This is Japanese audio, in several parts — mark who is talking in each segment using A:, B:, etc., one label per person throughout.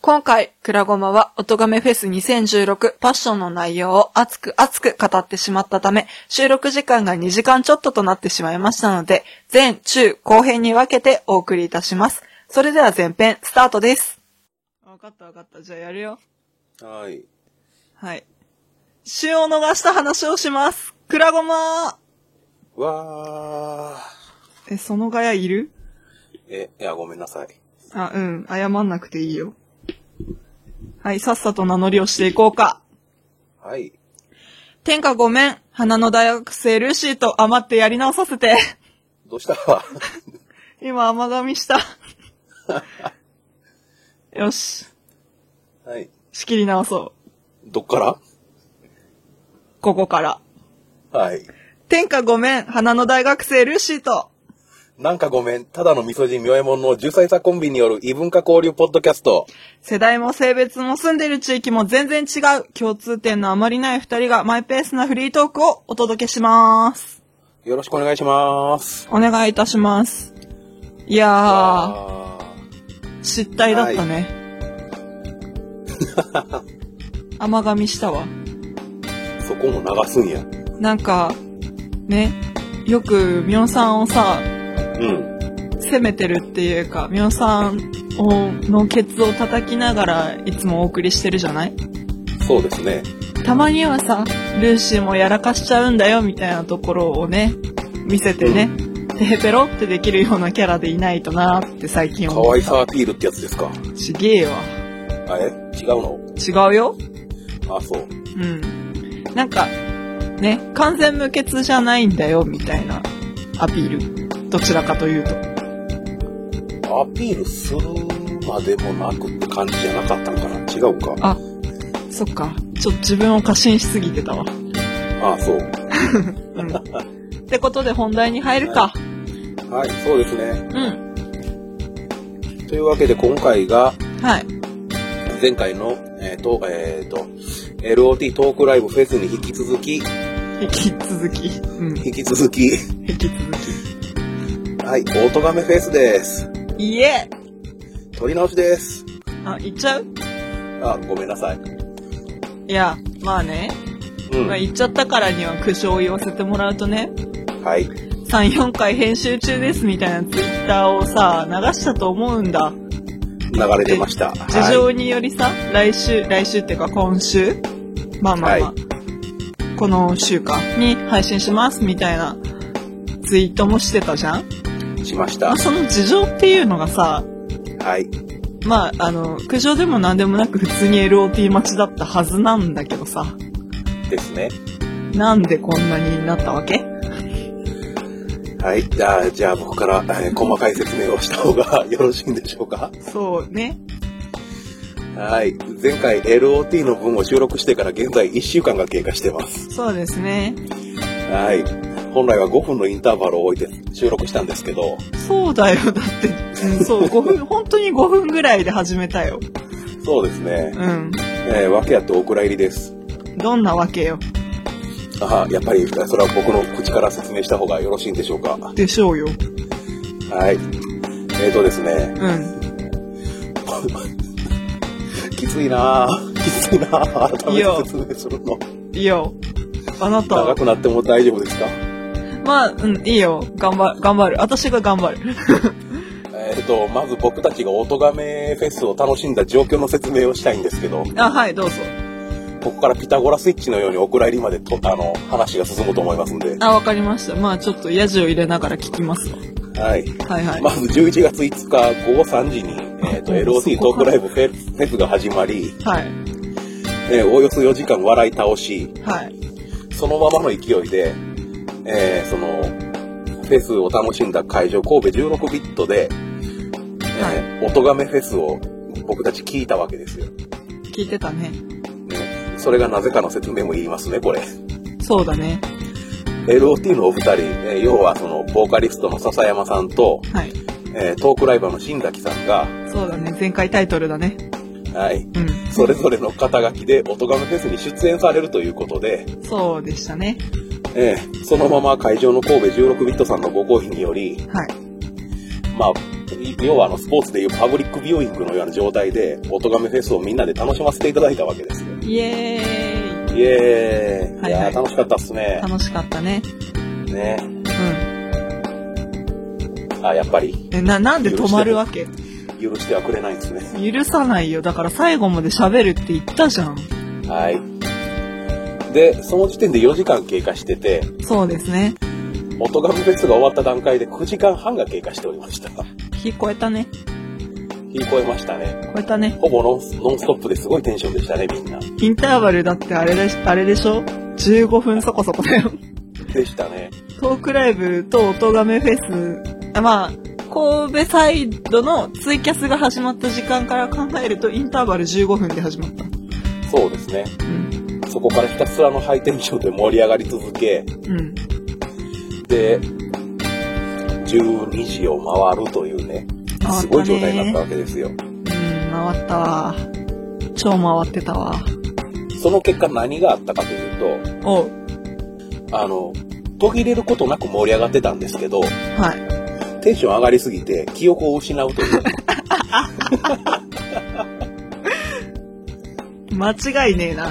A: 今回、くらごまは、おとがめフェス2016パッションの内容を熱く熱く語ってしまったため、収録時間が2時間ちょっととなってしまいましたので、前、中、後編に分けてお送りいたします。それでは前編、スタートです。わかったわかった。じゃあやるよ。
B: はい。
A: はい。週を逃した話をします。くらごま
B: わ
A: え、そのガヤいる
B: ー。え、いや、ごめんなさい。
A: あ、うん。謝んなくていいよ。はい、さっさと名乗りをしていこうか。
B: はい。
A: 天下ごめん。花の大学生ルーシーと余ってやり直させて。
B: どうした
A: 今甘噛みした。 よし。
B: はい。
A: 仕切り直そ
B: どっから
A: う。ここから。
B: はい。
A: 天下ごめん。花の大学生ルーシーと。
B: なんかごめん。ただの味噌汁妙右衛門の重歳差コンビによる異文化交流ポッドキャスト。
A: 世代も性別も住んでる地域も全然違う共通点のあまりない二人がマイペースなフリートークをお届けします。
B: よろしくお願いします。
A: お願いいたします。いや
B: わー
A: ー、失態だったね。 甘噛みしたわ。
B: そこも流すんや。
A: なんか、ね、よくミョンさんをさ、
B: うん。
A: 責めてるっていうか、ミョンさんをのケツを叩きながらいつもお送りしてるじゃない
B: そうですね。
A: たまにはさルーシーもやらかしちゃうんだよみたいなところをね見せてね、テヘペロってできるようなキャラでいないとなって最近
B: 可
A: 思う
B: 愛さアピールってやつですか。
A: ちげえわ
B: あえ違う
A: 違うよ
B: のあ、そう。
A: うんなんかね完全無欠じゃないんだよみたいなアピールどちらかというと
B: アピールするまでもなくって感じじゃなかったのかな違うか。
A: あそっかちょっと自分を過信しすぎてたわ
B: あ、そう。
A: うんってことで本題に入るか
B: はい、そうですね。
A: うん
B: というわけで今回が、
A: はい
B: 前回の、えっ、と、えっ、と、LOT トークライブフェスに引き続き、
A: 引き続きうん
B: 引き続き、
A: 引き続
B: はい、オートガメフェスです。
A: きいえ
B: 撮り直しです。
A: あ行っちゃう
B: あ、ごめんなさい。
A: いや、まあね、
B: うん。
A: まあ、言っちゃったからには苦情を言わせてもらうとね、
B: はい。
A: 3、4回編集中ですみたいなツイッターをさ、流したと思うんだ。
B: 流れてました。
A: 事
B: は
A: 情によりさ、来週、来週っていうか今週まあまあまあ、
B: は
A: この週間に配信しますみたいなツイートもしてたじゃん
B: い。しまし
A: ま
B: た
A: あ。その事情っていうのがさ、
B: はい。
A: まあ、あの、苦情でも何でもなく普通に LOT 待ちだったはずなんだけどさ、
B: ですね。
A: なんでこんなになったわけ
B: はい。じゃあ、じゃあ僕から、えー細かい説明をした方が よろしいんでしょうか。
A: そうね。
B: はい。前回 LOT の分を収録してから現在1週間が経過してます。
A: そうですね。
B: はい。本来は5分のインターバルを置いて収録したんですけど、
A: そうだよ。だって、うんそう、5分、本当に5分ぐらいで始めたよ。
B: そうですね。
A: うん。
B: えー、わけあってお蔵入りです。
A: どんなわけよ。
B: ああ、やっぱり、それは僕の口から説明した方がよろしいんでしょうか。は
A: でしょうよ。
B: い。えーとですね。
A: うん。
B: きついなぁ。きついなぁ。改
A: い
B: め
A: いよ
B: て説明するの。
A: いいよ。あな
B: 長
A: た、
B: くなっても大丈夫ですか
A: まあ、うん、いいよ。頑張る、頑張る。私が頑張る。
B: えーと、まず僕たちが音亀フェスを楽しんだ状況の説明をしたいんですけど、
A: あ、はい、どうぞ。
B: ここからピタゴラスイッチのようにお蔵入りまでと、あの、話が進むと思いますんで。
A: あ、わかりました。まあ、ちょっとヤジを入れながら聞きますわ。
B: はい。
A: はいはい。
B: まず11月5日午後3時に、えーと、
A: うん
B: LOT トークライブフェスフェスが始まり、
A: はい。
B: えーおおよそ4時間笑い倒し、
A: はい。
B: そのままの勢いで、えーその、フェスを楽しんだ会場、神戸16ビットで、えー、音亀フェスを僕たち聞いたわけですよ。
A: 聞いてたね。
B: ね、それがなぜかの説明も言いますね、これ。
A: そうだね。
B: LOT のお二人、えー要はその、ボーカリストの笹山さんと、
A: はい。
B: えートークライバーの新崎さんが、
A: そうだね。前回タイトルだね。
B: はい、
A: うん。
B: それぞれの肩書きで音亀フェスに出演されるということで、
A: そうでしたね。
B: えーそのまま会場の神戸16ビットさんのご好意により、
A: はい。
B: まあ、要はあのスポーツでいうパブリックビューイングのような状態で、おとがめフェスをみんなで楽しませていただいたわけですよ。
A: イエーイ
B: イエーイ。
A: はいはい
B: いやー楽しかったっすね。
A: 楽しかったね。
B: ね。
A: うん。
B: あ、やっぱり、
A: え、な、なんで止まるわけ
B: 許してはくれないんですね。
A: 許さないよ。だから最後まで喋るって言ったじゃん。
B: はい。で、その時点で4時間経過してて、
A: そうですね。
B: おとがめフェスが終わった段階で9時間半が経過しておりました。
A: 聞こえたね。
B: 聞こえましたね。
A: 超えたね。
B: ほぼノンノンストップですごいテンションでしたね、みんな。
A: インターバルだってあれでし、あれでしょ ?15 分そこそこだよ。
B: でしたね。
A: トークライブと音亀フェス、あまあ、神戸サイドのツイキャスが始まった時間から考えるとインターバル15分で始まった。
B: そうですね。
A: うん。
B: そこからひたすらのハイテンションで盛り上がり続け、
A: うん。
B: で、12時を回るというね、
A: 回ったね
B: すごい状態になったわけですよ。
A: うん、回ったわ。超回ってたわ。
B: その結果何があったかという
A: おう。
B: と、あの、途切れることなく盛り上がってたんですけど、
A: はい。
B: テンション上がりすぎて記憶を失うという。
A: 間違いねえな。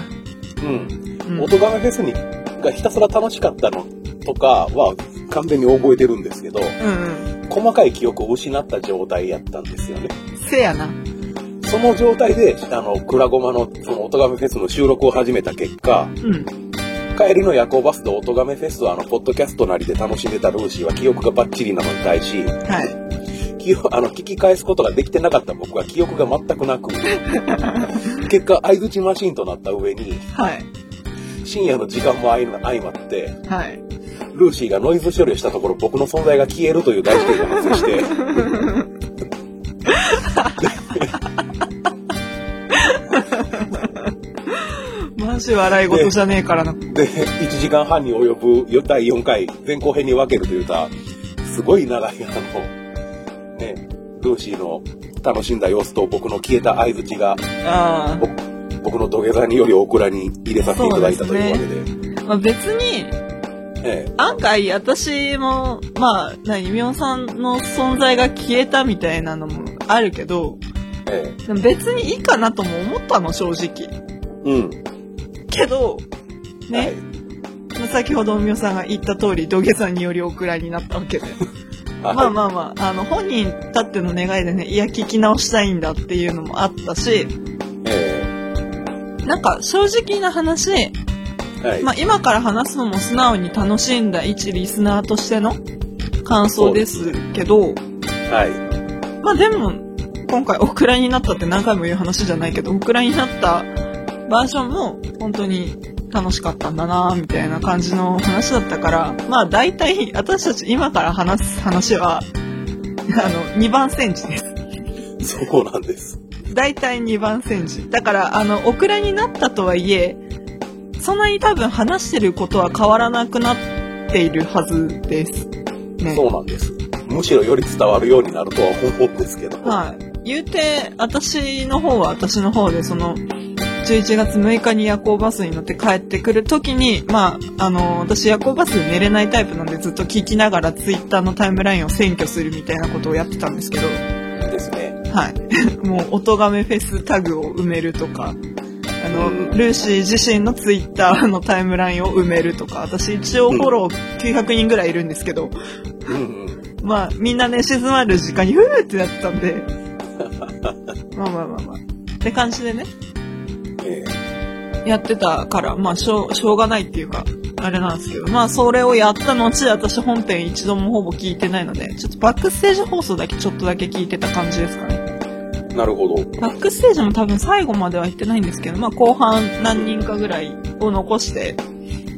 B: うん。
A: うん。
B: 音亀フェスにがひたすら楽しかったのとかは完全に覚えてるんですけど、
A: うん
B: 細かい記憶を失った状態やったんですよね。
A: うん。せやな。
B: その状態で、あの、クラゴマの、その、おとがめフェスの収録を始めた結果、
A: うん。
B: 帰りの夜行バスでおとがめフェスは、あの、ポッドキャストなりで楽しめたルーシーは記憶がバッチリなのに対し、
A: はい。
B: 記憶、あの、聞き返すことができてなかった僕は記憶が全くなく、結果、相槌マシンとなった上に、
A: はい。
B: 深夜の時間も相相まって、
A: はい。
B: ルーシーがノイズ処理をしたところ、僕の存在が消えるという大事件が発生して、
A: マジ笑い事じゃねえからな。
B: で、1時間半に及ぶ第4回、前後編に分けるというた、すごい長い、あの、ね、ルーシーの楽しんだ様子と僕の消えた相槌が、
A: あ
B: 僕僕の土下座によりオクラに入れさせていただいたというわけで。
A: あ。まあ、別に、
B: ええ
A: 案外私も、まあ、なに、みおさんの存在が消えたみたいなのもあるけど、
B: ええ
A: でも別にいいかなとも思ったの、正直。
B: うん。
A: けど、ね、
B: はい。
A: 先ほどみおさんが言った通り、土下座によりお蔵になったわけで。
B: はい
A: まあまあまあ、あの、本人たっての願いでね、いや、聞き直したいんだっていうのもあったし、
B: え
A: なんか正直な話、
B: えはい。
A: まあ今から話すのも素直に楽しんだ一リスナーとしての感想ですけど、
B: はい。
A: まあでも、今回オクラになったって何回も言う話じゃないけど、オクラになったバージョンも本当に楽しかったんだなみたいな感じの話だったから、まあ大体私たち今から話す話は、あの、2番センチです。
B: そうなんです。
A: 大体2番センチ。だから、あの、オクラになったとはいえ、そんなに多分話してることは変わらなくなっているはずです。ね。
B: そうなんです。むしろより伝わるようになるとは思うんですけど。
A: はい。言うて、私の方は私の方で、その、11月6日に夜行バスに乗って帰ってくる時に、まあ、あの、私夜行バスで寝れないタイプなんでずっと聞きながらツイッターのタイムラインを占拠するみたいなことをやってたんですけど、
B: ですね。
A: はい。 もう、音亀フェスタグを埋めるとか、あの、ルーシー自身のツイッターのタイムラインを埋めるとか、私一応フォロー900人ぐらいいるんですけど、
B: うんうん。
A: まあ、みんなね、静まる時間に、ふーってやってたんで。まあまあまあまあ。って感じでね、
B: ええ
A: やってたから、まあ、しょう、しょうがないっていうか、あれなんですけど、まあ、それをやった後、私本編一度もほぼ聞いてないので、ちょっとバックステージ放送だけちょっとだけ聞いてた感じですかね。
B: なるほど。
A: バックステージも多分最後までは行ってないんですけど、まあ、後半何人かぐらいを残して、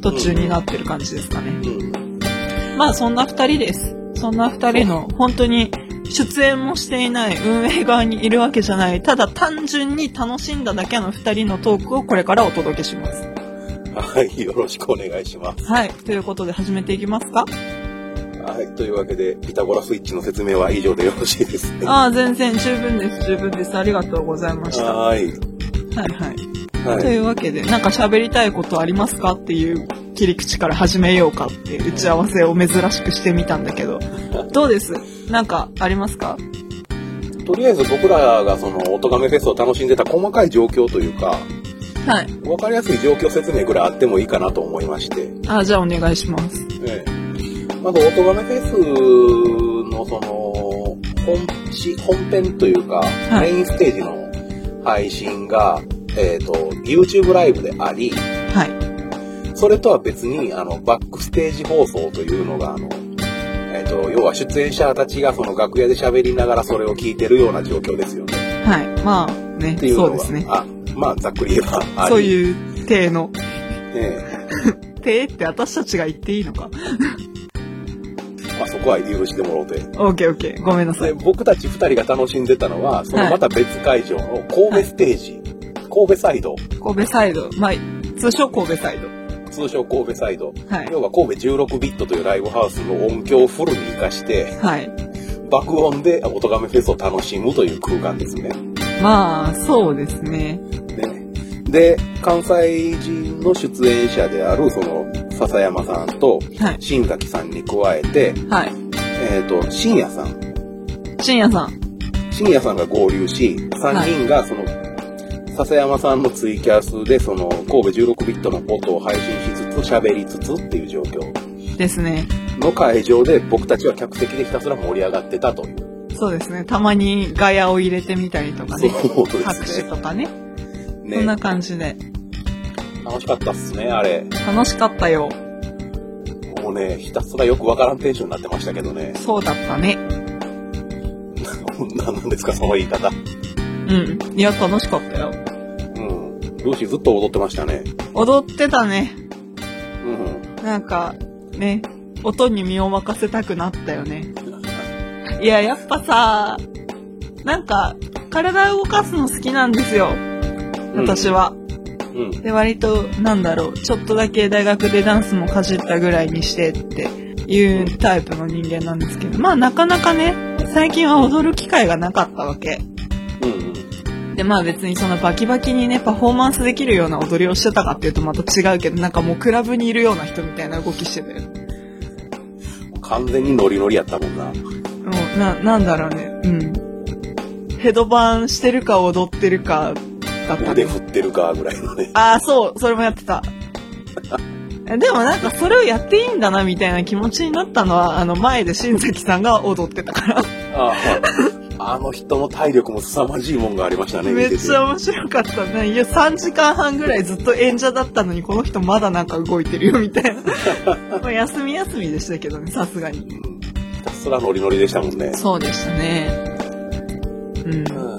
A: 途中になってる感じですかね。
B: うん。
A: まあそんな二人です。そんな二人の本当に出演もしていない運営側にいるわけじゃない、ただ単純に楽しんだだけの二人のトークをこれからお届けします。
B: はい。よろしくお願いします。
A: はい。ということで始めていきますか
B: はい、というわけで、ピタゴラスイッチの説明は以上でよろしいですね。
A: ああ、全然十分です。十分です。ありがとうございました。は
B: はーい。
A: いはい。と
B: はい。
A: いうわけで、なんか喋りたいことありますかっていう切り口から始めようかっていう打ち合わせを珍しくしてみたんだけど、どうですなんかありますか
B: とりあえず僕らがその音亀フェスを楽しんでた細かい状況というか
A: はい。
B: 分かりやすい状況説明ぐらいあってもいいかなと思いまして、
A: あ、じゃあお願いします。
B: ええ、まず音亀フェスのその本し本編というか、
A: い
B: メインステージの配信が、えー、と YouTube ライブであり
A: はい。
B: それとは別にあのバックステージ放送というのがあの、えー、と要は出演者たちがその楽屋で喋りながらそれを聞いてるような状況ですよね。
A: はい。まあね、
B: っていう
A: そう
B: の
A: で
B: が、
A: すね。
B: あまあざっくり言えばあり
A: そういう体の。
B: え
A: 体って私たちが言っていいのか。
B: えまあ、そこは許してもろうて。
A: オーケーオーケー。ごめんなさ
B: で
A: い。
B: 僕たち2人が楽しんでたのはそのまた別会場の神戸ステージ、神戸サイド
A: 神戸サイド。まあ、通称神戸サイド。
B: 通称神戸サイド
A: はい。
B: 要は神戸16ビットというライブハウスの音響をフルに活かして
A: はい。
B: 爆音で音亀フェスを楽しむという空間ですね。
A: まあ、そうですね。
B: ねで関西人の出演者であるその笹山さんと
A: はい。
B: 新垣さんに加えて、
A: はい。
B: えー、と深夜さん
A: 深夜さん。
B: 深夜さんが合流し3人がその、笹山さんのツイキャスでその神戸16ビットのことを配信しつつ喋りつつっていう状況
A: ですね。
B: の会場で僕たちは客席でひたすら盛り上がってたという
A: そうですね。たまにガヤを入れてみたりとかね。
B: そうですね
A: 拍手とかね。そん
B: ね
A: な感じで。
B: 楽しかったっすねあれ
A: 楽しかったよ。
B: もうねひたすらよくわからんテンションになってましたけどね
A: そうだったね。
B: 何なんですかその言い方
A: うん。いや、楽しかったよ。
B: うんルーシーずっと踊ってましたね
A: 踊ってたね。
B: うん
A: なんか、ね、音に身を任せたくなったよね。いや、やっぱさ、なんか、体を動かすの好きなんですよ。私は。
B: うん
A: で、割と、なんだろう、ちょっとだけ大学でダンスもかじったぐらいにしてっていうタイプの人間なんですけど、まあなかなかね、最近は踊る機会がなかったわけ。
B: うん
A: で、まあ別にそのバキバキにね、パフォーマンスできるような踊りをしてたかっていうとまた違うけど、なんかもうクラブにいるような人みたいな動きしてたよ。
B: うん完全にノリノリやったもんな
A: もう、な、なんだろうね、うん。ヘドバンしてるか踊ってるかだった
B: 腕
A: ね。
B: 振ってるかぐらいのね
A: ああ、そう、それもやってた。でもなんかそれをやっていいんだなみたいな気持ちになったのは、あの前で新崎さんが踊ってたから。
B: あ ああの人の体力も凄まじいもんがありましたね。
A: めっちゃ
B: 見
A: 面白かったね。いや、3時間半ぐらいずっと演者だったのに、この人まだなんか動いてるよみたい な。まあ休み休みでしたけどね、さすがに。
B: ててうんひたすらノリノリでしたもんね。
A: そうでしたね。うん。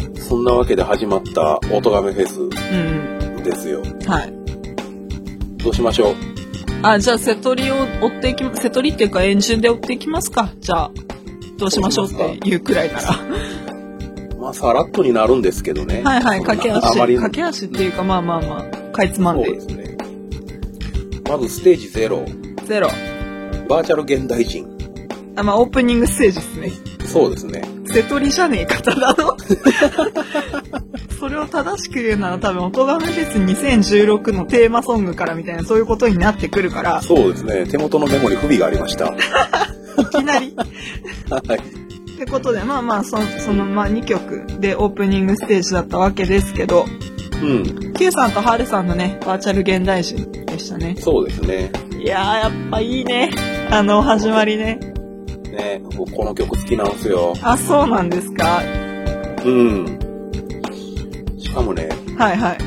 B: うんそんなわけで始まったおとがめフェ
A: うん。
B: スですよ。
A: はい。
B: どうしましょう
A: あ、じゃあ、瀬取りを追っていき、瀬取りっていうか、円順で追っていきますか。じゃあ、どうしましょうっていうくらいなら。は
B: まあ、さらっとになるんですけどね。
A: いはい、
B: そん
A: 駆
B: な
A: け足。
B: あまり
A: 駆け足っていうか、まあまあまあ、かいつまん
B: そう
A: で
B: で。すね。まずステージ0、
A: ゼロ。
B: バーチャル現代人。
A: あ、まあ、オープニングステージですね。
B: そうですね。
A: 瀬取りじゃねえか、ただ の。それを正しく言うなら、多分、音がフェス2016のテーマソングからみたいな、そういうことになってくるから、
B: そうですね。手元のメモに不備がありました。はい
A: きなり。
B: い。
A: ってことで、まあまあ、そその、まあ、2曲でオープニングステージだったわけですけど、
B: うん。
A: Q さんとハルさんのね、バーチャル現代人でしたね。
B: そうですね。
A: いやー、やっぱいいね。あの、始まりね。
B: ね僕この曲好きなんですよ。
A: あ、そうなんですか。
B: うん。しかもね、
A: はいはい。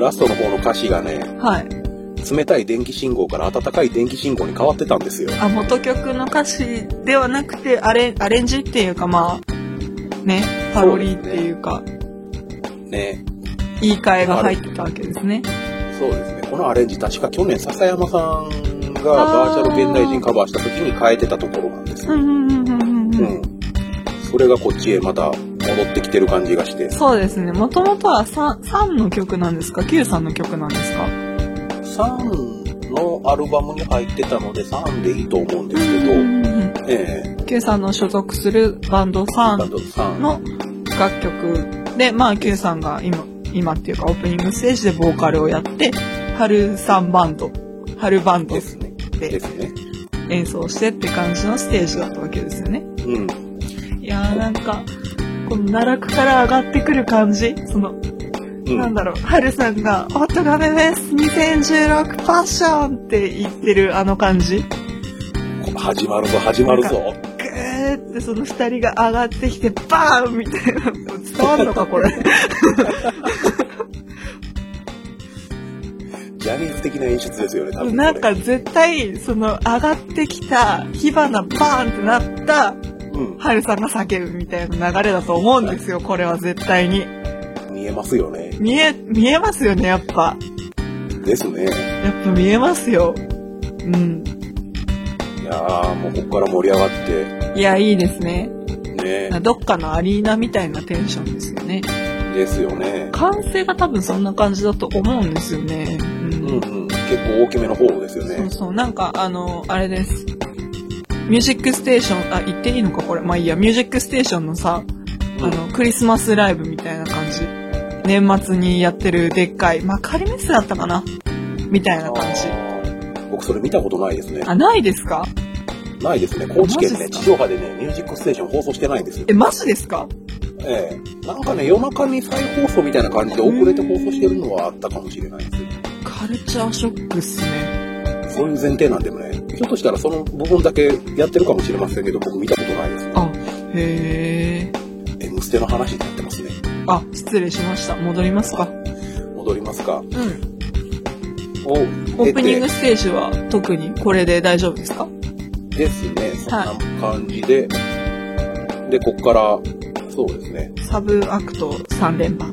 B: ラストの方の歌詞がね、
A: はい。
B: 冷たい電気信号から温かい電気信号に変わってたんですよ。
A: あ、元曲の歌詞ではなくて、アレン、アレンジっていうか、まあ、ね、パロリーっていうか、
B: ね。
A: 言い換えが入ってたわけですね。
B: そうですね。このアレンジ確か去年笹山さんがバーチャル現代人カバーした時に変えてたところなんです
A: う
B: よ。
A: んうんうんうんう。
B: うんん。それがこっちへまた戻ってきてる感じがして。
A: そうですね。もともとは 3, 3の曲なんですか ?Q さんの曲なんですか
B: サンのアルバムに入ってたので、サンでいいと思うんですけど、
A: うんうんうん
B: ええ
A: Q さんの所属するバンド
B: バ
A: 3
B: ンドサン。
A: の楽曲で、まあ、Q さんが今、今っていうかオープニングステージでボーカルをやって、春さんバンド、春バンド
B: ですね。で
A: です
B: ね。
A: 演奏してって感じのステージだったわけですよね。
B: うん。
A: いやーなんか、この奈落から上がってくる感じその、
B: う
A: なん
B: ん。
A: だろうハルさんが「おとがめです2016ファッション!」って言ってるあの感じ
B: 始まるぞ、始まるぞ。
A: グーってその2人が上がってきてバーンみたいな伝わんのかこれ
B: ジャニーズ的な演出ですよね、多分。
A: なんか、絶対その上がってきた火花バーンってなった
B: うん。
A: ハルさんが叫ぶみたいな流れだと思うんですよこれは絶対に
B: 見えますよね。
A: 見え見えますよねやっぱ
B: ですね。
A: やっぱ見えますようん
B: いやー、もうここから盛り上がっ
A: いやいいですね
B: て、ね。
A: どっかのアリーナみたいなテンションですよね
B: ですよね。
A: 完成が多分そんな感じだと思うんですよねうん
B: うんうん。結構大きめの方ですよ
A: そう
B: ね。
A: そう、なんか、あの、あれです。ミュージックステーション、あ、言っていいのかこれ。まあいいや、ミュージックステーションのさ、あ
B: うん
A: の、クリスマスライブみたいな感じ。年末にやってるでっかい、まあ仮メッセだったかなみたいな感じ。
B: あー僕それ見たことないですね。
A: あ、ないですか
B: ないですね。高知県
A: マジっ
B: ね、
A: すか
B: 地上波でね、ミュージックステーション放送してないんですよ
A: え、。マジですか
B: ええ。なんかね、夜中に再放送みたいな感じで遅れて放送してるのはあったかもしれないですよ。
A: カルチャーショックっすね。
B: そういう前提なんでもね、ひょっとしたらその部分だけやってるかもしれませんけど、僕見たことないですね。
A: あ、へえ。
B: M ステの話になってますね。
A: あ、失礼しました。戻りますか。
B: 戻りますか。
A: うん。
B: を
A: オ
B: 経
A: ープニン
B: て
A: グステージは特にこれで大丈夫ですか
B: ですね、そんな感じで、で、こっから、そうですね、
A: サブアクト3連番。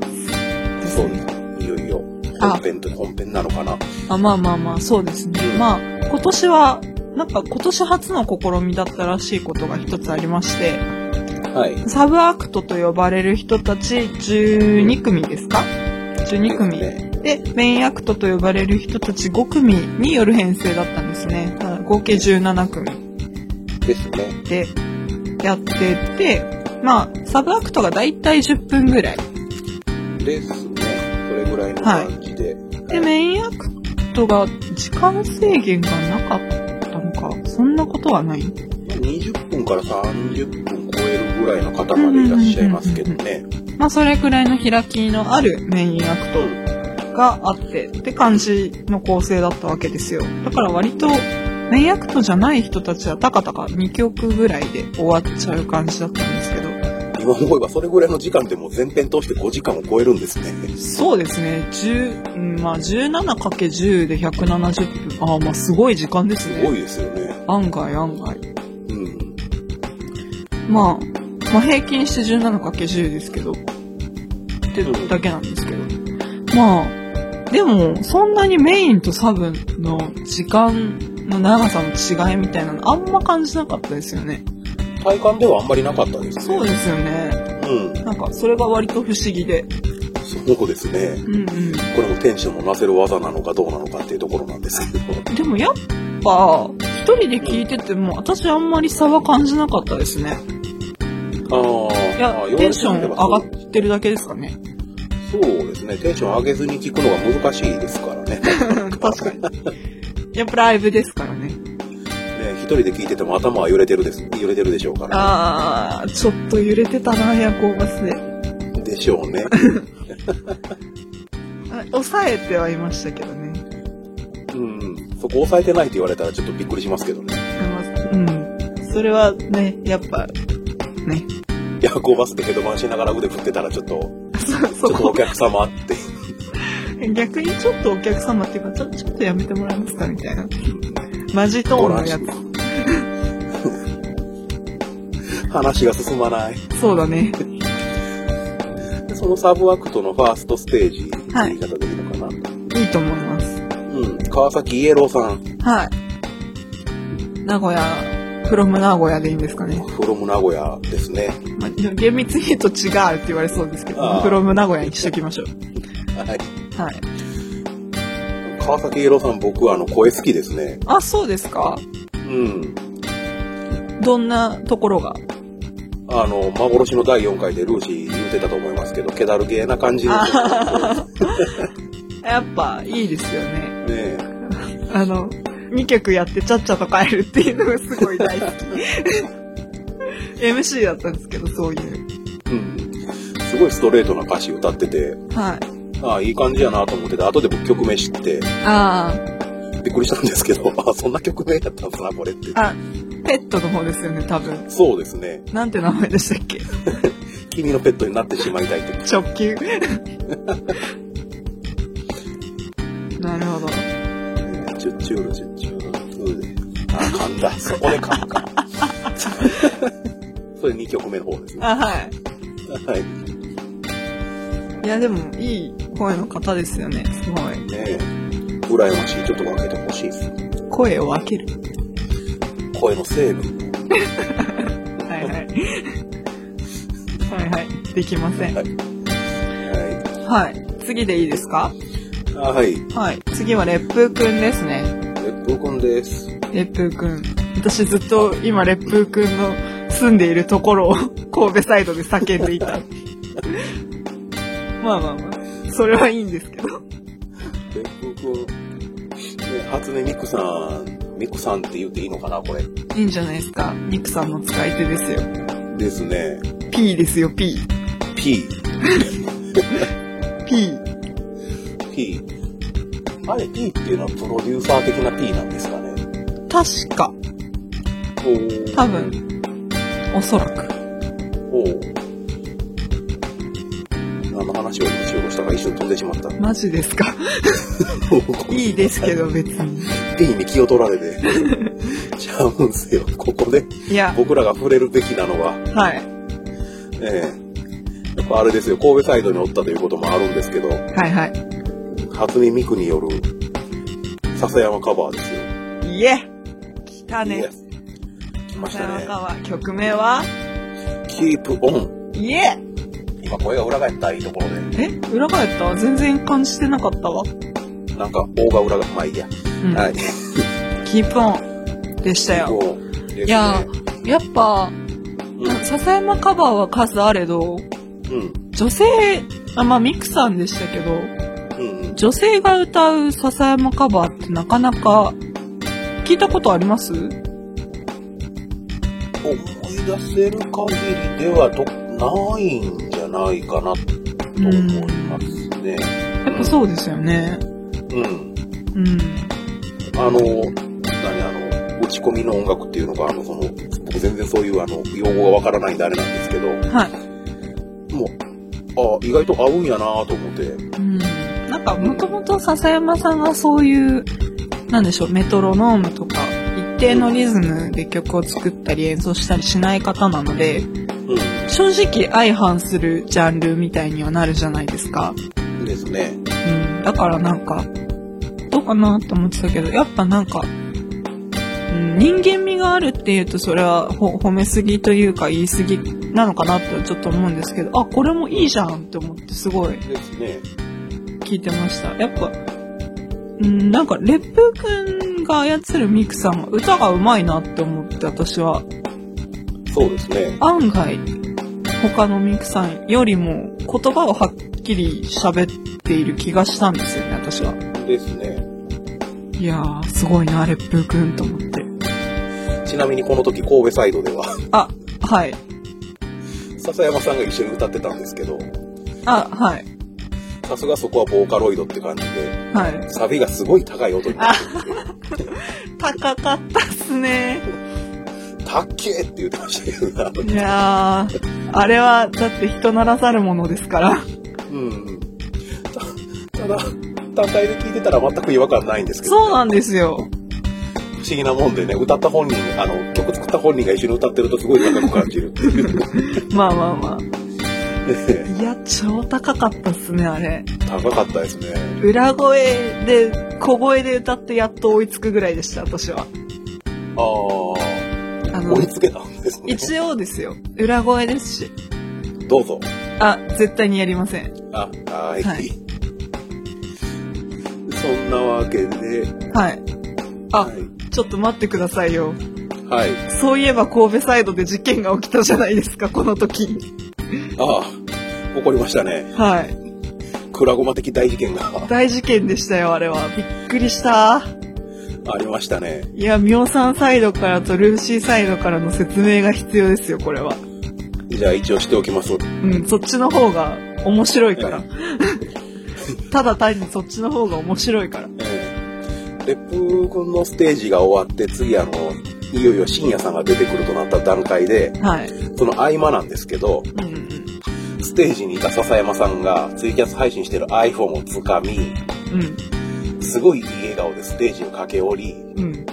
B: そうです。いよいよ、
A: あ
B: 本編と本編なのかな。
A: あまあまあまあ、そうですね。まあ、今年は、なんか今年初の試みだったらしいことが一つありまして、
B: はい。
A: サブアクトと呼ばれる人たち12組ですか ?12 組。
B: ね
A: で、メインアクトと呼ばれる人たち5組による編成だったんですね。だから合計17組
B: ですね。
A: でやってて、まあ、サブアクトがだいたい10分ぐらい。
B: ですね。それぐらいの感じで。
A: で、メインアクトが時間制限がなかったのか、そんなことはない
B: 20分から30分超えるぐらいの方までいらっしゃいますけどね。
A: まあそれくらいの開きのあるメインアク
B: う
A: トがあってって感じの構成だったわけですよ。だから割とメインアクトじゃない人たちはたかたか2曲ぐらいで終わっちゃう感じだったんですけど。
B: ん今思えばそれぐらいの時間でもう前編通して5時間を超えるんですね。
A: そうですね。10、うんまあ 17×10 で170分。ああまあすごい時間です
B: すご
A: ね。
B: いですよね。
A: 案外案外。
B: うん。
A: まあ、まあ、平均して 17×10 ですけど、ってだけなんですけど。まあ、でも、そんなにメインとサブの時間の長さの違いみたいなのあんま感じなかったですよね。
B: 体感ではあんまりなかったですね。
A: そうですよね。
B: うん。
A: なんか、それが割と不思議で。
B: そうですね。
A: うんうん。
B: これもテンションを乗せる技なのかどうなのかっていうところなんですけど。
A: でもやっぱ、一人で聞いてても、私あんまり差は感じなかったですね。
B: ああ、
A: いや、テンション上がってるだけですかね。
B: そうですね。テンション上げずに聞くのが難しいですから ね。ね
A: 確かに。やっぱライブですからね。
B: 一人で聞いてても頭は揺れてるです。揺れてるでしょうから。
A: あー、ちょっと揺れてたな、夜行バスで。
B: でしょうね。
A: あ抑えてはいましたけどね。
B: うん。そこ押さえてないって言われたらちょっとびっくりしますけどね。
A: あのうん。それはね、やっぱ、ね。
B: 夜行バスでヘドバンしながら腕振ってたらちょっと、
A: そ、そ
B: ちょっとお
A: こ。
B: 客様って。
A: 逆にちょっとお客様っていうか、ちょ、ちょっとやめてもらえますかみたいな。マジトー
B: ご
A: ンの
B: 覧
A: や
B: し話が進まない。
A: つ。そうだね。
B: でそのサブアクトのファーストステージって
A: は
B: 言
A: い
B: い方でいいのかな、
A: いいと思います。
B: うん川崎イエローさん
A: はい。名古屋、フロム名古屋でいいんですかね。
B: フロム名古屋ですね
A: まあ、厳密に言うと違うって言われそうですけ
B: あ
A: ど、
B: ー
A: フロム名古屋にしときましょ
B: はい、
A: う。はい。
B: 川崎イエローさん僕はあの声好きですね
A: あ、そうですか
B: うん
A: どんなところが
B: あの幻の第4回でルーシー言ってたと思いますけど気だるげな感じのね
A: あー やっぱいいですよね。
B: え
A: あの、2曲やってちゃっちゃと帰るっていうのがすごい大好き。MC だったんですけど、そういう。
B: うんすごいストレートな歌詞歌ってて、
A: はい。
B: ああ、いい感じやなと思ってて、後で僕曲名知って、
A: あ
B: びっくりしたんですけど、あそんな曲名やったんだな、これって。
A: あ。あ、ペットの方ですよね、多分。
B: そうですね。
A: なんて名前でしたっけ
B: 君のペットになってしまいたいって。
A: 直球。 なるほど。
B: チュッチュール、チュッチュール、ツーで。あ、噛んだ。そこで噛むか。それ2曲目の方ですね。は
A: あ、はい。
B: い。
A: いや、でも、いい声の方ですよね。すごい。
B: ねえ。羨ましい。ちょっと分けてほしいです。
A: 声を分ける。
B: 声の成分。
A: はいはい。はいはい。できません。は
B: は
A: い。
B: はい
A: 次でいいですか
B: い。あはい。レ
A: はい。次は烈風くんですね。
B: ッドコンです。
A: 烈風くん。私ずっと今烈風くんの住んでいるところを神戸サイドで叫んでいた。 まあまあまあ。それはいいんですけど。
B: レッドコン。ね初音ミクさん、ミクさんって言っていいのかな、これ。
A: いいんじゃないですか。ニクさんの使い手ですよ。
B: ですね。
A: P ですよ、P。
B: P。
A: P。
B: P。あれ P っていうのはプロデューサー的な P なんですかね。
A: 確か。多分。おそらく。
B: おお。何の話をしようとしたか一緒に飛んでしま った。
A: マジですか。いいですけど別に。
B: P に気を取られ て。ちゃうんすよ。ここで
A: いや、
B: 僕らが触れるべきなのは、
A: はい。
B: ええやっぱあれですよ。神戸サイドにおったということもあるんですけど、
A: はいはい。
B: 初音ミクによる笹山カバーですよ。
A: いえ来た
B: い
A: ね
B: え。来まし
A: 笹
B: た
A: 山
B: ね。
A: 川、曲名は
B: キープオン。
A: いえ
B: 今声が裏返ったいいところで。
A: え裏返った全然感じてなかったわ。
B: なんか、大が裏が、まあいいや。
A: うん。
B: はい。
A: キープオンでしたよ。
B: こうですね
A: いや、やっぱ、
B: うん
A: 笹山カバーは数あれど、
B: うん、
A: 女性、あまあミクさんでしたけど、
B: うん、うん。
A: 女性が歌う笹山カバーってなかなか聞いたことあります
B: 思い出せる限りではど、ないんじゃないかなと思いますね。
A: やっぱそうですよね。
B: うん。
A: うん。
B: あの、何、あの、打ち込みの音楽っていうのが、あの、その、僕全然そういう、あの、用語がわからないんであれなんですけど、
A: はい。
B: もう、あ意外と合うんやなと思って、
A: うんなんか、もともと笹山さんがそういう、なんでしょう、メトロノームとか、一定のリズムで曲を作ったり演奏したりしない方なので、
B: う
A: 正直相反するジャンルみたいにはなるじゃないですか。
B: ん、ですね。
A: うん。だからなんか、どうかなと思ってたけど、やっぱなんか、うん人間味があるっていうとそれはほ褒めすぎというか言いすぎなのかなってちょっと思うんですけど、あ、これもいいじゃんって思ってすごい
B: ですね。
A: 聞いてました。やっぱ、うん、なんか、烈風くんが操るミクさんは歌が上手いなって思って、私は、
B: そうですね。
A: 案外、他のミクさんよりも言葉をはっきり喋っている気がしたんですよね、私は。
B: ですね。
A: いやー、すごいな、烈風くんと思って。
B: ちなみにこの時、神戸サイドでは、
A: あ、はい。
B: 笹山さんが一緒に歌ってたんですけど、
A: あ、はい。
B: さすがそこはボーカロイドって感じで、
A: はい。
B: サビがすごい高い音になって
A: 高かったっすね。
B: て、たっけーって言ってましたけど、
A: いやー、あれは、だって人ならざるものですから。
B: うん。たただ、単体で聞いてたら全く違和感ないんですけど、
A: そうなんですよ。
B: 不思議なもんでね、歌った本人、あの、曲作った本人が一緒に歌ってるとすごい高く感じるって いう。
A: まあまあまあ。
B: ね
A: いや、超高かったっすね、あれ。
B: 高かったですね。
A: 裏声で、小声で歌ってやっと追いつくぐらいでした、私は。
B: あー、
A: あの
B: 追い、つけたんですね。
A: 一応ですよ。裏声ですし。
B: どうぞ。
A: あ、絶対にやりません。
B: あ、はい。
A: はい
B: そんなわけで、
A: はい。あ
B: は、い
A: ちょっと待ってくださいよ。
B: はい。
A: そういえば神戸サイドで事件が起きたじゃないですか、この時。
B: ああ、怒りましたね。
A: はい。
B: クラゴマ的大事件が
A: 大事件でしたよ、あれは。びっくりした。
B: ありましたね。
A: いや、ミョウさんサイドからとルーシーサイドからの説明が必要ですよ、これは。
B: じゃあ一応しておきます。
A: うん、そっちの方が面白いから
B: う。
A: ただ単にそっちの方が面白いから。
B: ええで、プー君のステージが終わって、次あの、いよいよ深夜さんが出てくるとなった段階で、
A: はい。
B: その合間なんですけど、
A: うんうんうん。
B: ステージにいた笹山さんがツイキャス配信してる iPhone をつかみ、
A: うん
B: すごいいい笑顔でステージを駆け下り、
A: うん。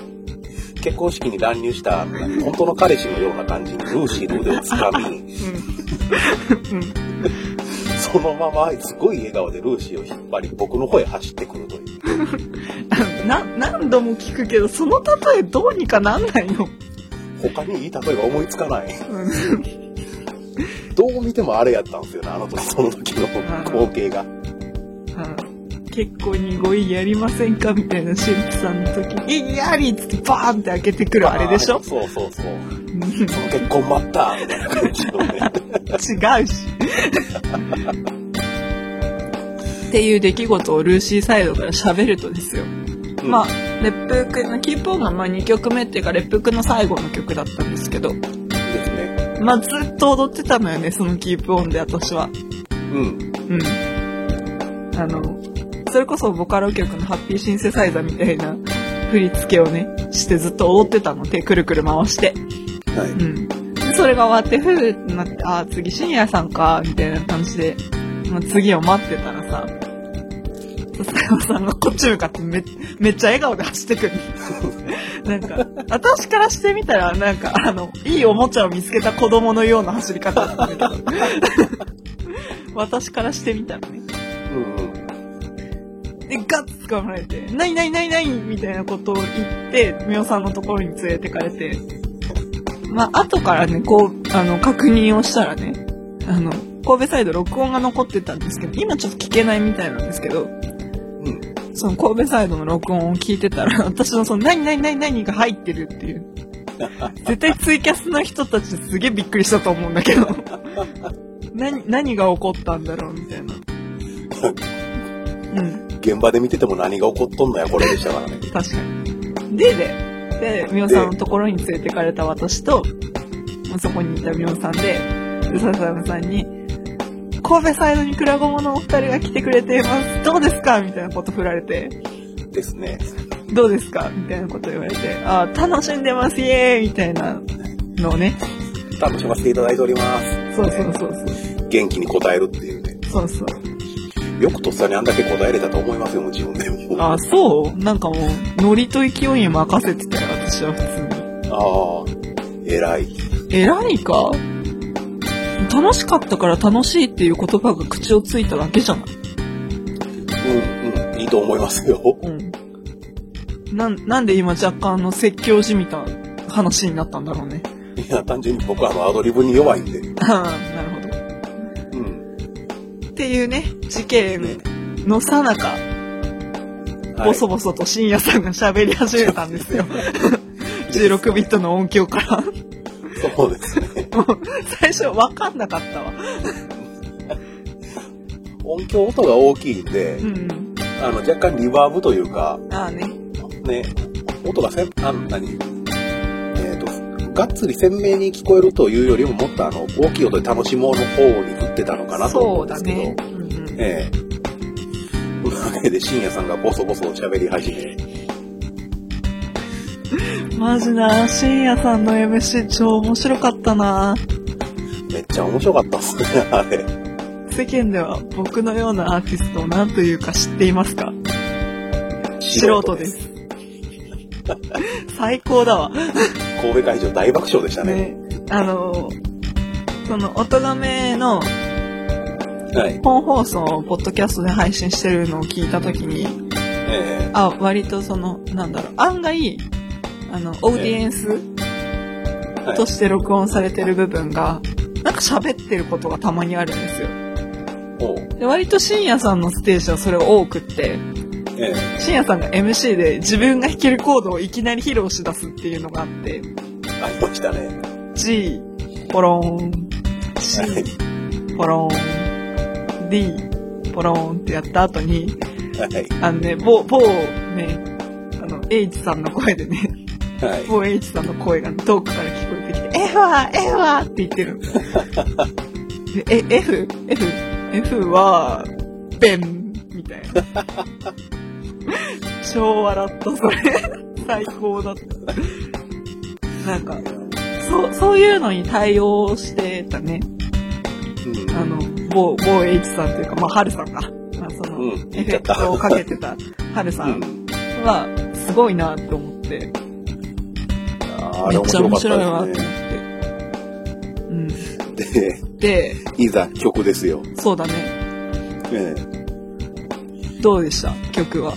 B: 結婚式に乱入した本当の彼氏のような感じにルーシーの腕をつかみ、
A: うん。
B: そのまますごい笑顔でルーシーを引っ張り、僕の方へ走ってくるという。
A: うん。な、何度も聞くけど、その例えどうにかなんないの。
B: 他にいい例えが思いつかない。
A: うん。
B: どう見てもあれやったんですよね、あの時、その時の光景が。
A: 結構にご意やりませんかみたいな神父さんの時に、いやりっつってバーンって開けてくるあれでしょ
B: そうそうそう。
A: うん違
B: その結婚待ったみたいな感じのね。
A: うし。っていう出来事をルーシーサイドから喋るとですよ。
B: うん
A: まあ、レップ君のキープオンがまあ2曲目っていうか、レップ君の最後の曲だったんですけど、
B: ですね。
A: まあずっと踊ってたのよね、そのキープオンで私は。
B: うん。
A: うん。あの、それこそボカロ曲のハッピーシンセサイザーみたいな振り付けをね、してずっと踊ってたの、手くるくる回して。
B: は
A: う
B: い。
A: ん。でそれが終わって、ふうってなって、ああ、次、深夜さんか、みたいな感じで、まあ、次を待ってたらさ、笹山さんがこっち向かってめ、めっちゃ笑顔で走ってくる。なんか、私からしてみたら、なんか、あの、いいおもちゃを見つけた子供のような走り方なんだけど。私からしてみたらね。
B: うんうん。
A: で、ガッと掴まれて、ないないないないみたいなことを言って、みおさんのところに連れてかれて、まあ、後からね、こう、あの、確認をしたらね、あの、神戸サイド録音が残ってたんですけど、今ちょっと聞けないみたいなんですけど、
B: うん。
A: その神戸サイドの録音を聞いてたら、 私のその、何何何何が入ってるっていう。絶対ツイキャスの人たちすげえびっくりしたと思うんだけど。 何、何が起こったんだろうみたいな。うん。
B: 現場で見てても何が起こっとんのや、これでしたからね。
A: 確かに。で、で、で、みおさんのところに連れてかれた私と、そこにいたみおさんで、で、ささむさんに、神戸サイドにクラゴモのお二人が来てくれています。どうですかみたいなこと振られて、
B: ですね。
A: どうですかみたいなこと言われて、あー楽しんでます、イエーイみたいなのをね。
B: 楽しませていただいております。
A: そうそうそう
B: 元気に答えるっていうね。
A: そう。そうそう。
B: よくとっさにあんだけ答えれたと思いますよ、もう自分でも。
A: あー、そうなんかもう、ノリと勢いに任せてたよ、私は普通に。
B: ああ、偉い。
A: 偉いか楽しかったから楽しいっていう言葉が口をついただけじゃない
B: うんうん、いいと思いますよ。
A: うん。なん、なんで今若干あの説教じみた話になったんだろうね。
B: いや、単純に僕はあのアドリブに弱いんで。
A: ああ、なるほど。
B: うん。
A: っていうね、事件のさなか、
B: はい
A: ボソボソと深夜さんが喋り始めたんです よ。16ビットの音響から。
B: そうですね。
A: もう 最初わかんなかったわ。
B: 音響音が大きいんで
A: う、ん。
B: あの、若干リバーブというか、
A: ああね。
B: ね、音がせん、あんなに、えっ、と、がっつり鮮明に聞こえるというよりも、もっとあの、大きい音で楽しもうの方に振ってたのかなと思
A: そううん
B: で
A: だ
B: すけど。
A: ね。うんうん
B: ええ。というわけで、深夜さんがボソボソ喋り始め、
A: マジな、深夜さんの MC 超面白かったな。
B: めっちゃ面白かったっすね、あれ。
A: 世間では僕のようなアーティストを何というか知っていますか素人で。す。最高だわ。
B: 神戸会場大爆笑でしたね。
A: ね、あの、その、音がめの
B: はい。
A: 本放送をポッドキャストで配信してるのを聞いたときに、
B: え
A: あ、割とその、なんだろう、案外、あの、オーディエンス
B: えはい
A: として録音されてる部分が、なんか喋ってることがたまにあるんですよ。
B: おう
A: で割と深夜さんのステージはそれが多くって、
B: え
A: 深夜さんが MC で自分が弾けるコードをいきなり披露し出すっていうのがあって、
B: えありましたね。
A: G、ポローン、C
B: は、
A: ポローン、D、ポローンってやった後に、
B: はい。
A: あのね、某、某ね、あの、H さんの声でね、
B: はい。
A: 某 H さんの声が、遠くから聞こえてきて、え、 F は、F はって言ってる。え、F、F、F は、ベン、みたいな。 超笑った、それ。最高だった。なんか、そう、そういうのに対応してたね。
B: うん
A: あの、某、某 H さんというか、まあ、春さんが、まあ、その、
B: うん
A: エフェクトをかけてた春さん
B: うん
A: は、すごいなと思って、
B: あ
A: めっ
B: れ
A: ちゃ面
B: 面白
A: 白い
B: か
A: わと思っ
B: ったで
A: て。うん。
B: すね。
A: で、
B: で、いざ曲ですよ。
A: そうだね。
B: ええ
A: どうでした曲は。
B: い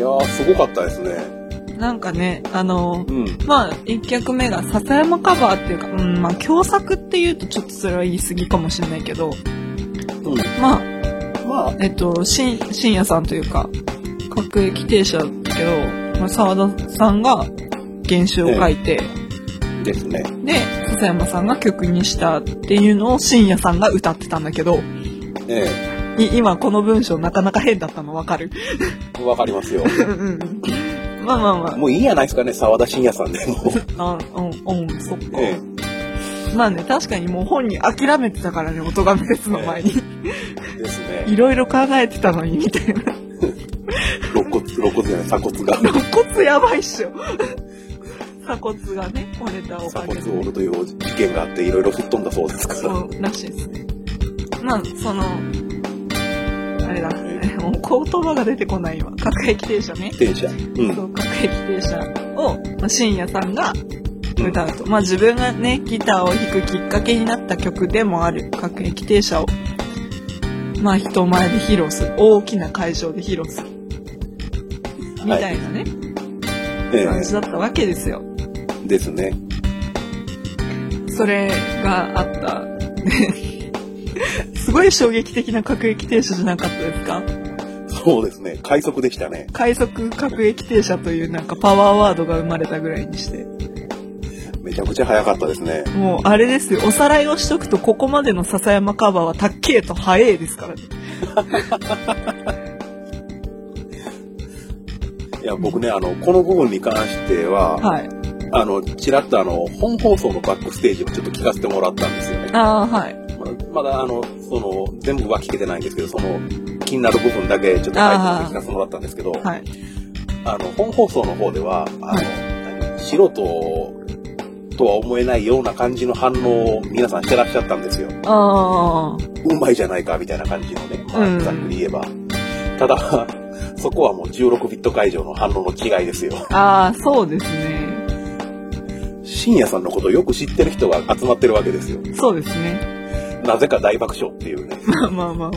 B: やー、すごかったですね。
A: なんかね、あの、
B: うん。
A: まあ、一曲目が笹山カバーっていうか、うん、まあ、共作っていうとちょっとそれは言い過ぎかもしれないけど、
B: うん、
A: まあ、
B: まあ、
A: えっと、しん、しんやさんというか、各駅停車だったけど、まあ、沢田さんが原酒を書いて、
B: ですね。
A: で、笹山さんが曲にしたっていうのをしんやさんが歌ってたんだけど、
B: え
A: い今この文章なかなか変だったのわかる
B: えわかりますよ。
A: うんうんうんまあまあま
B: もういいやないですかね、沢田信也さんでも。
A: あ、あ、うん、うん、そっか。
B: え
A: まあね、確かにもう本に諦めてたからね、音が別の前に。
B: えですね。
A: いろいろ考えてたのに、みたいな。
B: 肋骨、肋骨じゃない、鎖骨が。
A: 肋骨やばいっしょ。鎖骨がね、折れたおか
B: 鎖
A: げで
B: 骨を。折るという事件があって、いろいろ吹っ飛んだそうですから。
A: そうらしいですね。まあ、その、あれだ、
B: え
A: もう言葉が出てこないわ。各駅停車ね。
B: 電車。うん。
A: そう、各駅停車を、まあ、深夜さんが歌うと。まあ自分がね、ギターを弾くきっかけになった曲でもある各駅停車を、まあ人前で披露する。大きな会場で披露する。みたいなね、
B: え
A: 感じだったわけですよ。
B: えですね。
A: それがあった。 ねすごい衝撃的な各駅停車じゃなかったですか
B: そうですね。快速でしたね。
A: 快速各駅停車というなんかパワーワードが生まれたぐらいにして。
B: めちゃくちゃ早かったですね。
A: もうあれですよ、おさらいをしとくとここまでの笹山カバーはたっけーと早えですからね。
B: いや、僕ね、あの、この部分に関しては、
A: はい。
B: あの、ちらっとあの、本放送のバックステージをちょっと聞かせてもらったんですよね。
A: ああ、はい。
B: まだ、まだあの、その、全部は聞けてないんですけど、その、気になる部分だけちょっと書いて聞かせてもらったんですけど、
A: はい。
B: あの、本放送の方では、あの、
A: はい
B: 何素人とは思えないような感じの反応を皆さんしてらっしゃったんですよ。
A: ああ、
B: うまいじゃないか、みたいな感じのね、ま
A: うん
B: あ、ざっくり言えば。ただ、 そこはもう16ビット会場の反応の違いですよ。
A: ああ、そうですね。
B: 深夜さんのことをよく知ってる人が集まってるわけですよ。
A: そうですね。
B: なぜか大爆笑っていうね。
A: まあまあまあまあ。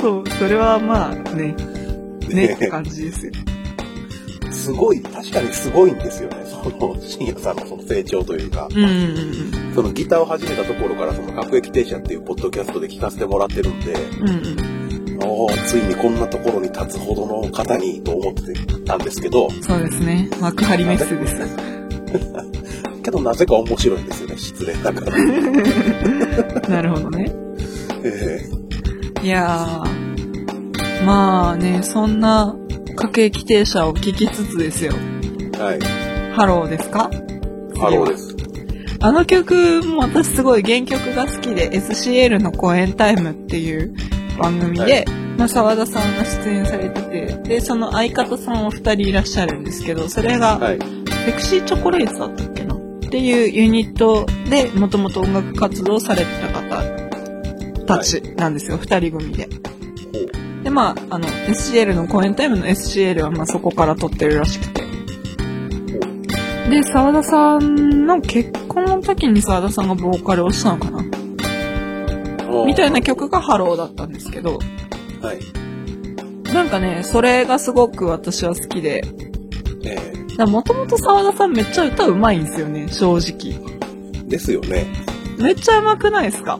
A: そう、それはまあね、ねって感じ ですよ。
B: すごい、確かにすごいんですよね。その、深夜さんのその成長というか、
A: うんうんうん。
B: そのギターを始めたところから、その、各駅停車っていうポッドキャストで聞かせてもらってるんで、
A: うんうん、
B: おーついにこんなところに立つほどの方にと思ってたんですけど、
A: そうですね。幕張メッセです。
B: けどなぜか面白いんですよね、失礼ながら。
A: なるほどね。
B: ええ
A: いやー、まあね、そんな各駅停車を聞きつつですよ。
B: はい。
A: ハローですか
B: ハローです。
A: あの曲も私すごい原曲が好きで SCL の公演タイムっていう番組で、
B: は
A: まあ沢田さんが出演されてて、で、その相方さんお二人いらっしゃるんですけど、それが、
B: はい。
A: セクシーチョコレートだったっけなっていうユニットでもともと音楽活動されてた方たちなんですよ、二人組で。
B: ほう
A: で、まあ、あの、SCL の公演タイムの SCL はまあそこから撮ってるらしくて。で、沢田さんの結婚の時に沢田さんがボーカルをしたのかな
B: あー
A: みたいな曲がハローだったんですけど、
B: はい。
A: なんかね、それがすごく私は好きで、
B: え
A: もともと沢田さんめっちゃ歌うまいんですよね、正直。
B: えですよね。
A: めっちゃ上手くないですか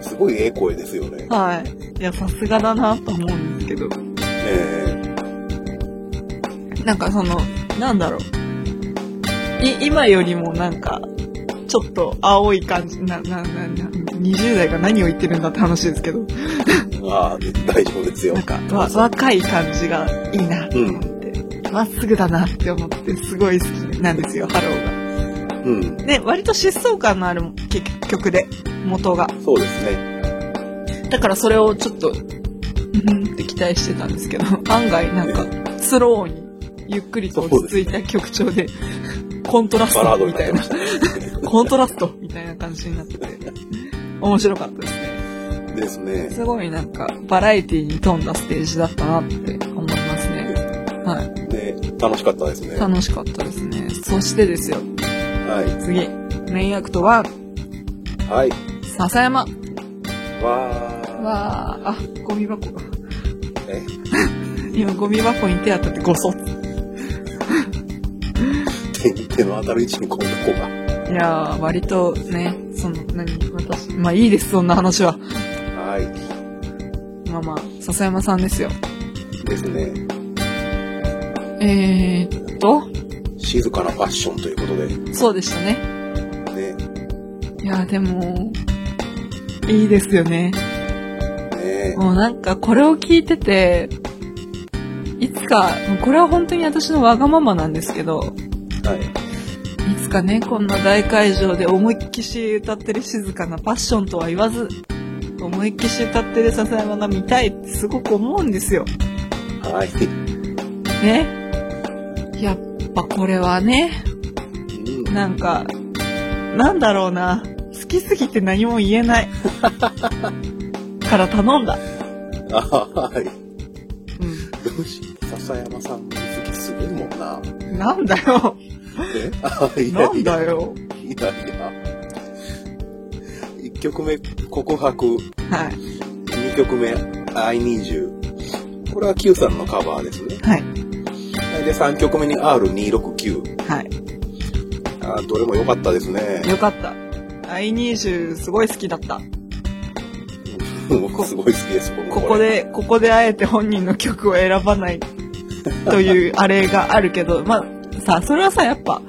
B: すごいええ声ですよね。
A: はい。いや、さすがだなと思うんですけど。
B: え
A: なんかその、なんだろう。い、今よりもなんか、ちょっと青い感じ、な、な、な、な、20代が何を言ってるんだって話ですけど、
B: えああ、大丈夫ですよ
A: なん。か、わ若い感じがいいなと思って、まっすぐだなって思って、すごい好きなんですよ、ハローが。
B: うん。
A: で、割と疾走感のある結曲で、元が。
B: そうですね。
A: だからそれをちょっと、うんって期待してたんですけど、 案外なんか、スローに、ゆっくりと落ち着いた曲調で、コントラス
B: バラ
A: ト
B: ード
A: み
B: み
A: た
B: た
A: い
B: い
A: な
B: な。、
A: コントラストみたいな感じになってて、面白かったですね。
B: ですね。
A: すごいなんか、バラエティに富んだステージだったなって思いますね。は
B: で、楽しかったですね。
A: い。
B: は
A: 楽しかったですね。そしてですよ、
B: い。
A: 次。メインアクトは、
B: はい。
A: 笹山。
B: わー。
A: わあ、あ、ゴミ箱が。
B: え
A: 今、ゴミ箱に手当たってごそっ
B: 手に手の当たる位置にこんな子が。
A: いやー、割とね、その、何、私、まあいいです、そんな話は。
B: はい。
A: まあまあ、笹山さんですよ。
B: ですね。
A: えー、っと、
B: 静かなファッションというこ
A: そうでしたね。
B: とで、ね、ね
A: いやー、でも、いいですよね。
B: え、
A: もうなんか、これを聞いてて、いつか、もうこれは本当に私のわがままなんですけど、
B: はい
A: つかね、こんな大会場で思いっきし歌ってる静かなパッションとは言わず、思いっきし歌ってる笹山が見たいってすごく思うんですよ。
B: い。はい。
A: ね。やっぱこれはね、
B: うん
A: なんか、なんだろうな。好きすぎて何も言えない。から頼んだ。
B: あはい。
A: う
B: どうし笹山さんの好きすぎるもんな。
A: ん。なんだよ。
B: えあいや
A: なんだよ。
B: いやいや。1曲目、告白。
A: はい。
B: 2曲目、I need you。これは Q さんのカバーですね。
A: はい。
B: で、3曲目に R269。
A: は
B: あどれも良かったですね
A: い。。よかった。I20 すごい好きだった。
B: 僕すごい好きです、僕
A: ここ。で、ここであえて本人の曲を選ばないと いうあれがあるけど、まあ、さ、それはさ、やっぱ、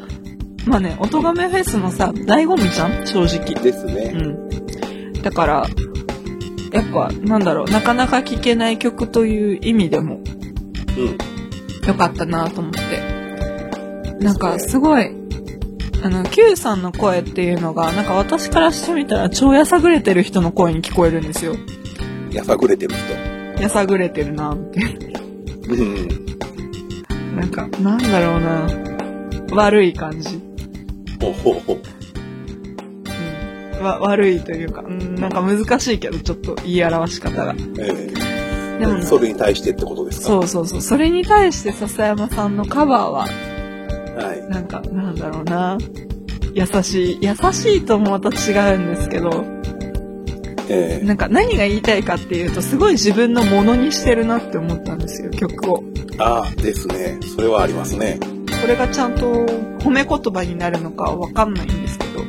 A: まあね、おとがめフェスのさ、醍醐味じゃん正直。
B: ですね。
A: うん、だからやっぱなんだろうなかなか聴けない曲という意味でも
B: うん。
A: 良かったなと思ってなんか
B: です
A: ごいあの Q さんの声っていうのがなんか私からしてみたら超やさぐれてる人の声に聞こえるんですよ
B: やさぐれてる
A: やさぐれてるなって いう
B: 人。うん。
A: なんかなんだろうな悪い感じ、
B: ほうほうほう。
A: うん、わ悪いというか、うん、なんか難しいけどちょっと言い表し方が
B: ええ
A: でもね
B: それに対してってことですか
A: そうそうそうそれに対して笹山さんのカバーは
B: はい。
A: なんか、なんだろうな。優しい。優しいともまた違うんですけど、
B: ええ
A: なんか何が言いたいかっていうと、すごい自分のものにしてるなって思ったんですよ、曲を。こ
B: ああ、ですね。それはありますね。
A: れがちゃんと褒め言葉になるのかはわかんないんですけど、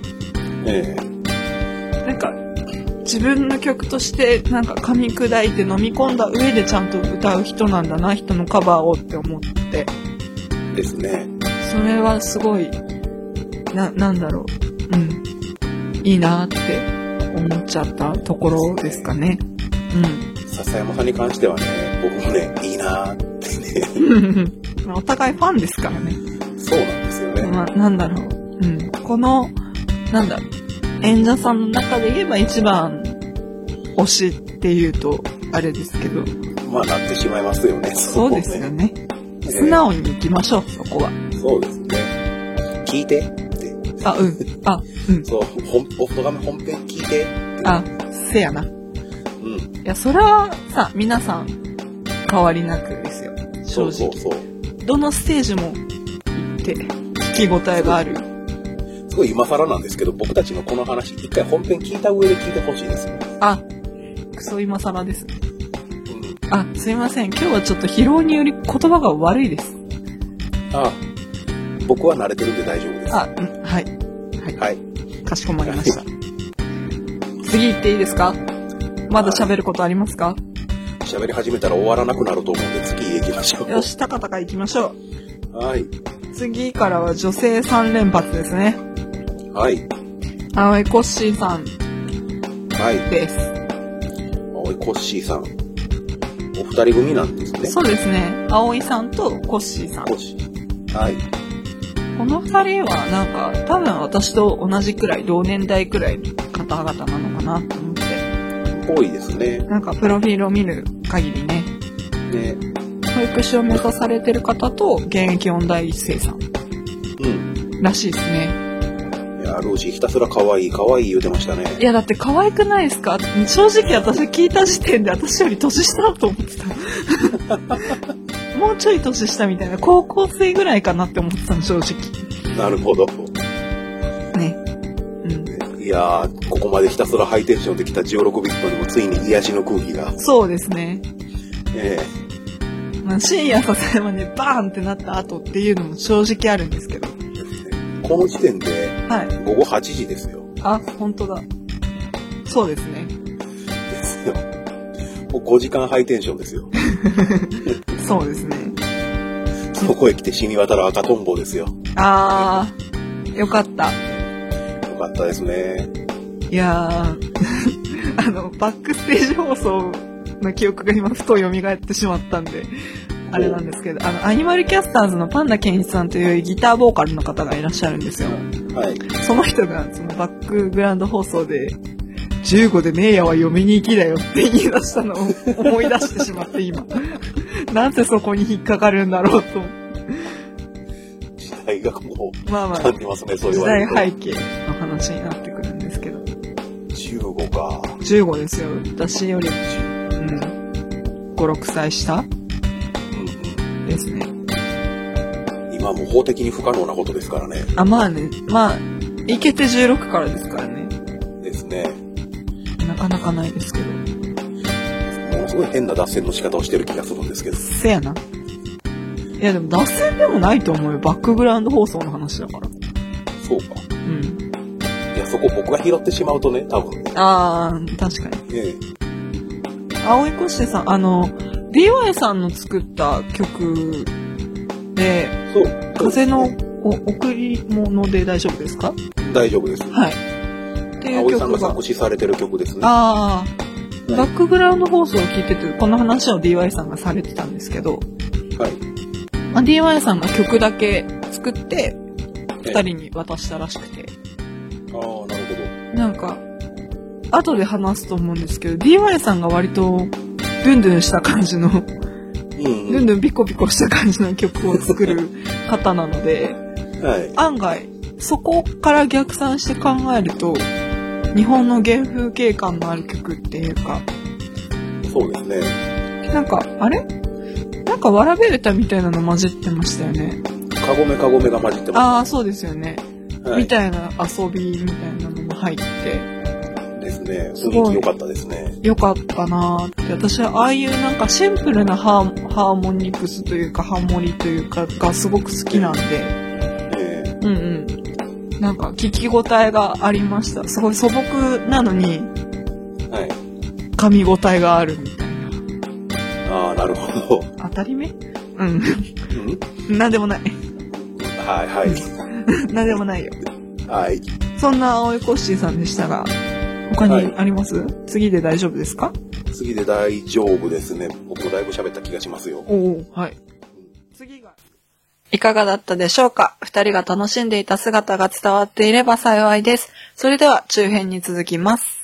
B: え
A: なんか、自分の曲としてなんか噛み砕いて飲み込んだ上でちゃんと歌う人なんだな、人のカバーをって思って、
B: えですね。
A: それはすごい、な、なんだろう。うん。いいなって思っちゃったところですかね。
B: 笹山さんに関してはね、僕もね、いいなーってね。
A: うん。 まあお互いファンですからね。
B: そうなんですよね。
A: まあ、なんだろう。うん。この、なんだろう。演者さんの中で言えば一番推しっていうと、あれですけど、
B: まあ、なってしまいますよね。
A: そうですよね。素直に行きましょう、そこは。
B: そうですね。聞いてって。
A: あ、うん。あ、うん。
B: そう、本、オフトガメ本編聞いてって。
A: あ、せやな。
B: うん。
A: いや、それはさ、皆さん変わりなくですよ。正
B: そ
A: 直。
B: うそうそう。
A: どのステージも行って、聞き応えがある。
B: すごい今更なんですけど、僕たちのこの話、一回本編聞いた上で聞いてほしいです。
A: あ、クソ今更ですね。
B: うん。
A: あ、すいません。今日はちょっと疲労により言葉が悪いです。
B: ああ僕は慣れてるんで大丈夫です。
A: あ、うん、はい。は
B: はい。
A: い。かしこまりました。次行っていいですかまだ喋ることありますか
B: 喋り始めたら終わらなくなると思うんで、次へ行きましょ
A: よし、高々行きましょ
B: う。はい。
A: う。次からは女性3連発ですね。
B: はい。
A: 青いコッシーさん
B: はい。
A: です。
B: おい、コッシーさん。お二人組なんですね。
A: そうですね。葵さんとコッシーさん
B: コ。ッシー。はい。
A: この二人はなんか多分私と同じくらい同年代くらいの方々なのかなと思って
B: 多いですね。
A: なんかプロフィールを見る限りね
B: ね。
A: 保育士を目指されてる方と現役音大生さん
B: うん。
A: らしいですね
B: いや、ルーシーひたすら可愛い、可愛い言うてましたね。
A: いやだって可愛くないですか正直私聞いた時点で私より年下だと思ってた もうちょい年下みたいな高校生ぐらいかなって思ってたの正直
B: なるほど。
A: ねうん
B: いやー、ここまでひたすらハイテンションできた16ビットにもついに癒しの空気が。
A: そうですね、
B: え
A: まあ、深夜ささやまでバーンってなった後っていうのも正直あるんですけど
B: えこの時点で
A: はい
B: 午後8時ですよ。
A: あ本当だそうですね
B: ですよ。もう5時間ハイテンションですよ。
A: そうですね
B: そこへ来て死に渡る赤とんぼですよ。
A: あーよかった
B: よかったですね。
A: いやー あの、バックステージ放送の記憶が今、ふと蘇ってしまったんで、あれなんですけど、あの、アニマルキャスターズのパンダケンイチさんというギターボーカルの方がいらっしゃるんですよ。
B: はい。
A: その人が、そのバックグラウンド放送で、15で姉やは嫁に行きだよって言い出したのを 思い出してしまって今。なんでそこに引っかかるんだろうと。
B: 時代がもう
A: まあまあ
B: 感、じますね、そう言
A: 時
B: われ
A: 代
B: ると。
A: 背景の話になってくるんですけど。
B: 15か。
A: 15ですよ。私よりうん、5、6歳下
B: うん
A: ですね。
B: うん、今もう法的に不可能なことですからね。
A: あ、まあね、まあ、いけて16からですからね。
B: ですね。
A: なかなかないですけど。
B: ものすごい変な脱線の仕方をしてる気がするんですけど。
A: せやな。いやでも脱線でもないと思うよ。バックグラウンド放送の話だから。
B: そうか。
A: うん。
B: いや、そこ僕が拾ってしまうとね、多分ね。
A: あー、確かに。
B: え
A: 青井コシさん、あの、DY さんの作った曲で、
B: えそう。
A: 風のお贈り物で大丈夫ですか
B: 大丈夫です。
A: はい。っていう
B: 葵さん
A: 曲
B: が
A: が
B: 作。詞されてる曲ですね。
A: あー。
B: は
A: バックグラウンド放送を聞いてて、この話を DY さんがされてたんですけど、
B: い。はい。
A: まあ、DY さんが曲だけ作って、
B: え
A: 二人に渡したらしくて、
B: ああ、なるほど。
A: なんか、後で話すと思うんですけど、DY さんが割と、ドゥンドゥンした感じの、ド
B: うん、
A: ゥンドゥンピコピコした感じの曲を作る方なので、
B: はい。
A: 案外、そこから逆算して考えると、日本の原風景感のある曲っていうか、
B: そうですね。
A: なんか、あれなんか、わらべ歌みたいなの混じってましたよね。
B: カゴメカゴメが混じってま
A: ああ、そうですよね。
B: す。はい
A: み。たいな遊びみたいなのも入って、
B: ですね。
A: す
B: 雰
A: ごい
B: 囲気良かったですね。
A: よかったなーって。私はああいうなんかシンプルなハーハーモニクスというか、ハーモニというか、がすごく好きなんで、
B: ええ
A: うんうん。なんか、聞き応えがありました。すごい素朴なのに、
B: はい。
A: 噛み応えがあるみたいな。
B: ああ、なるほど。
A: 当たり目うん。
B: うん
A: なんでもない。
B: はい、はい。
A: なんでもないよ。
B: はい。
A: そんな青井コッシーさんでしたが、他にあります、次で大丈夫ですか
B: 次で大丈夫ですね。僕もだいぶ喋った気がしますよ。
A: おおはい。次が。いかがだったでしょうか二人が楽しんでいた姿が伝わっていれば幸いです。それでは中編に続きます。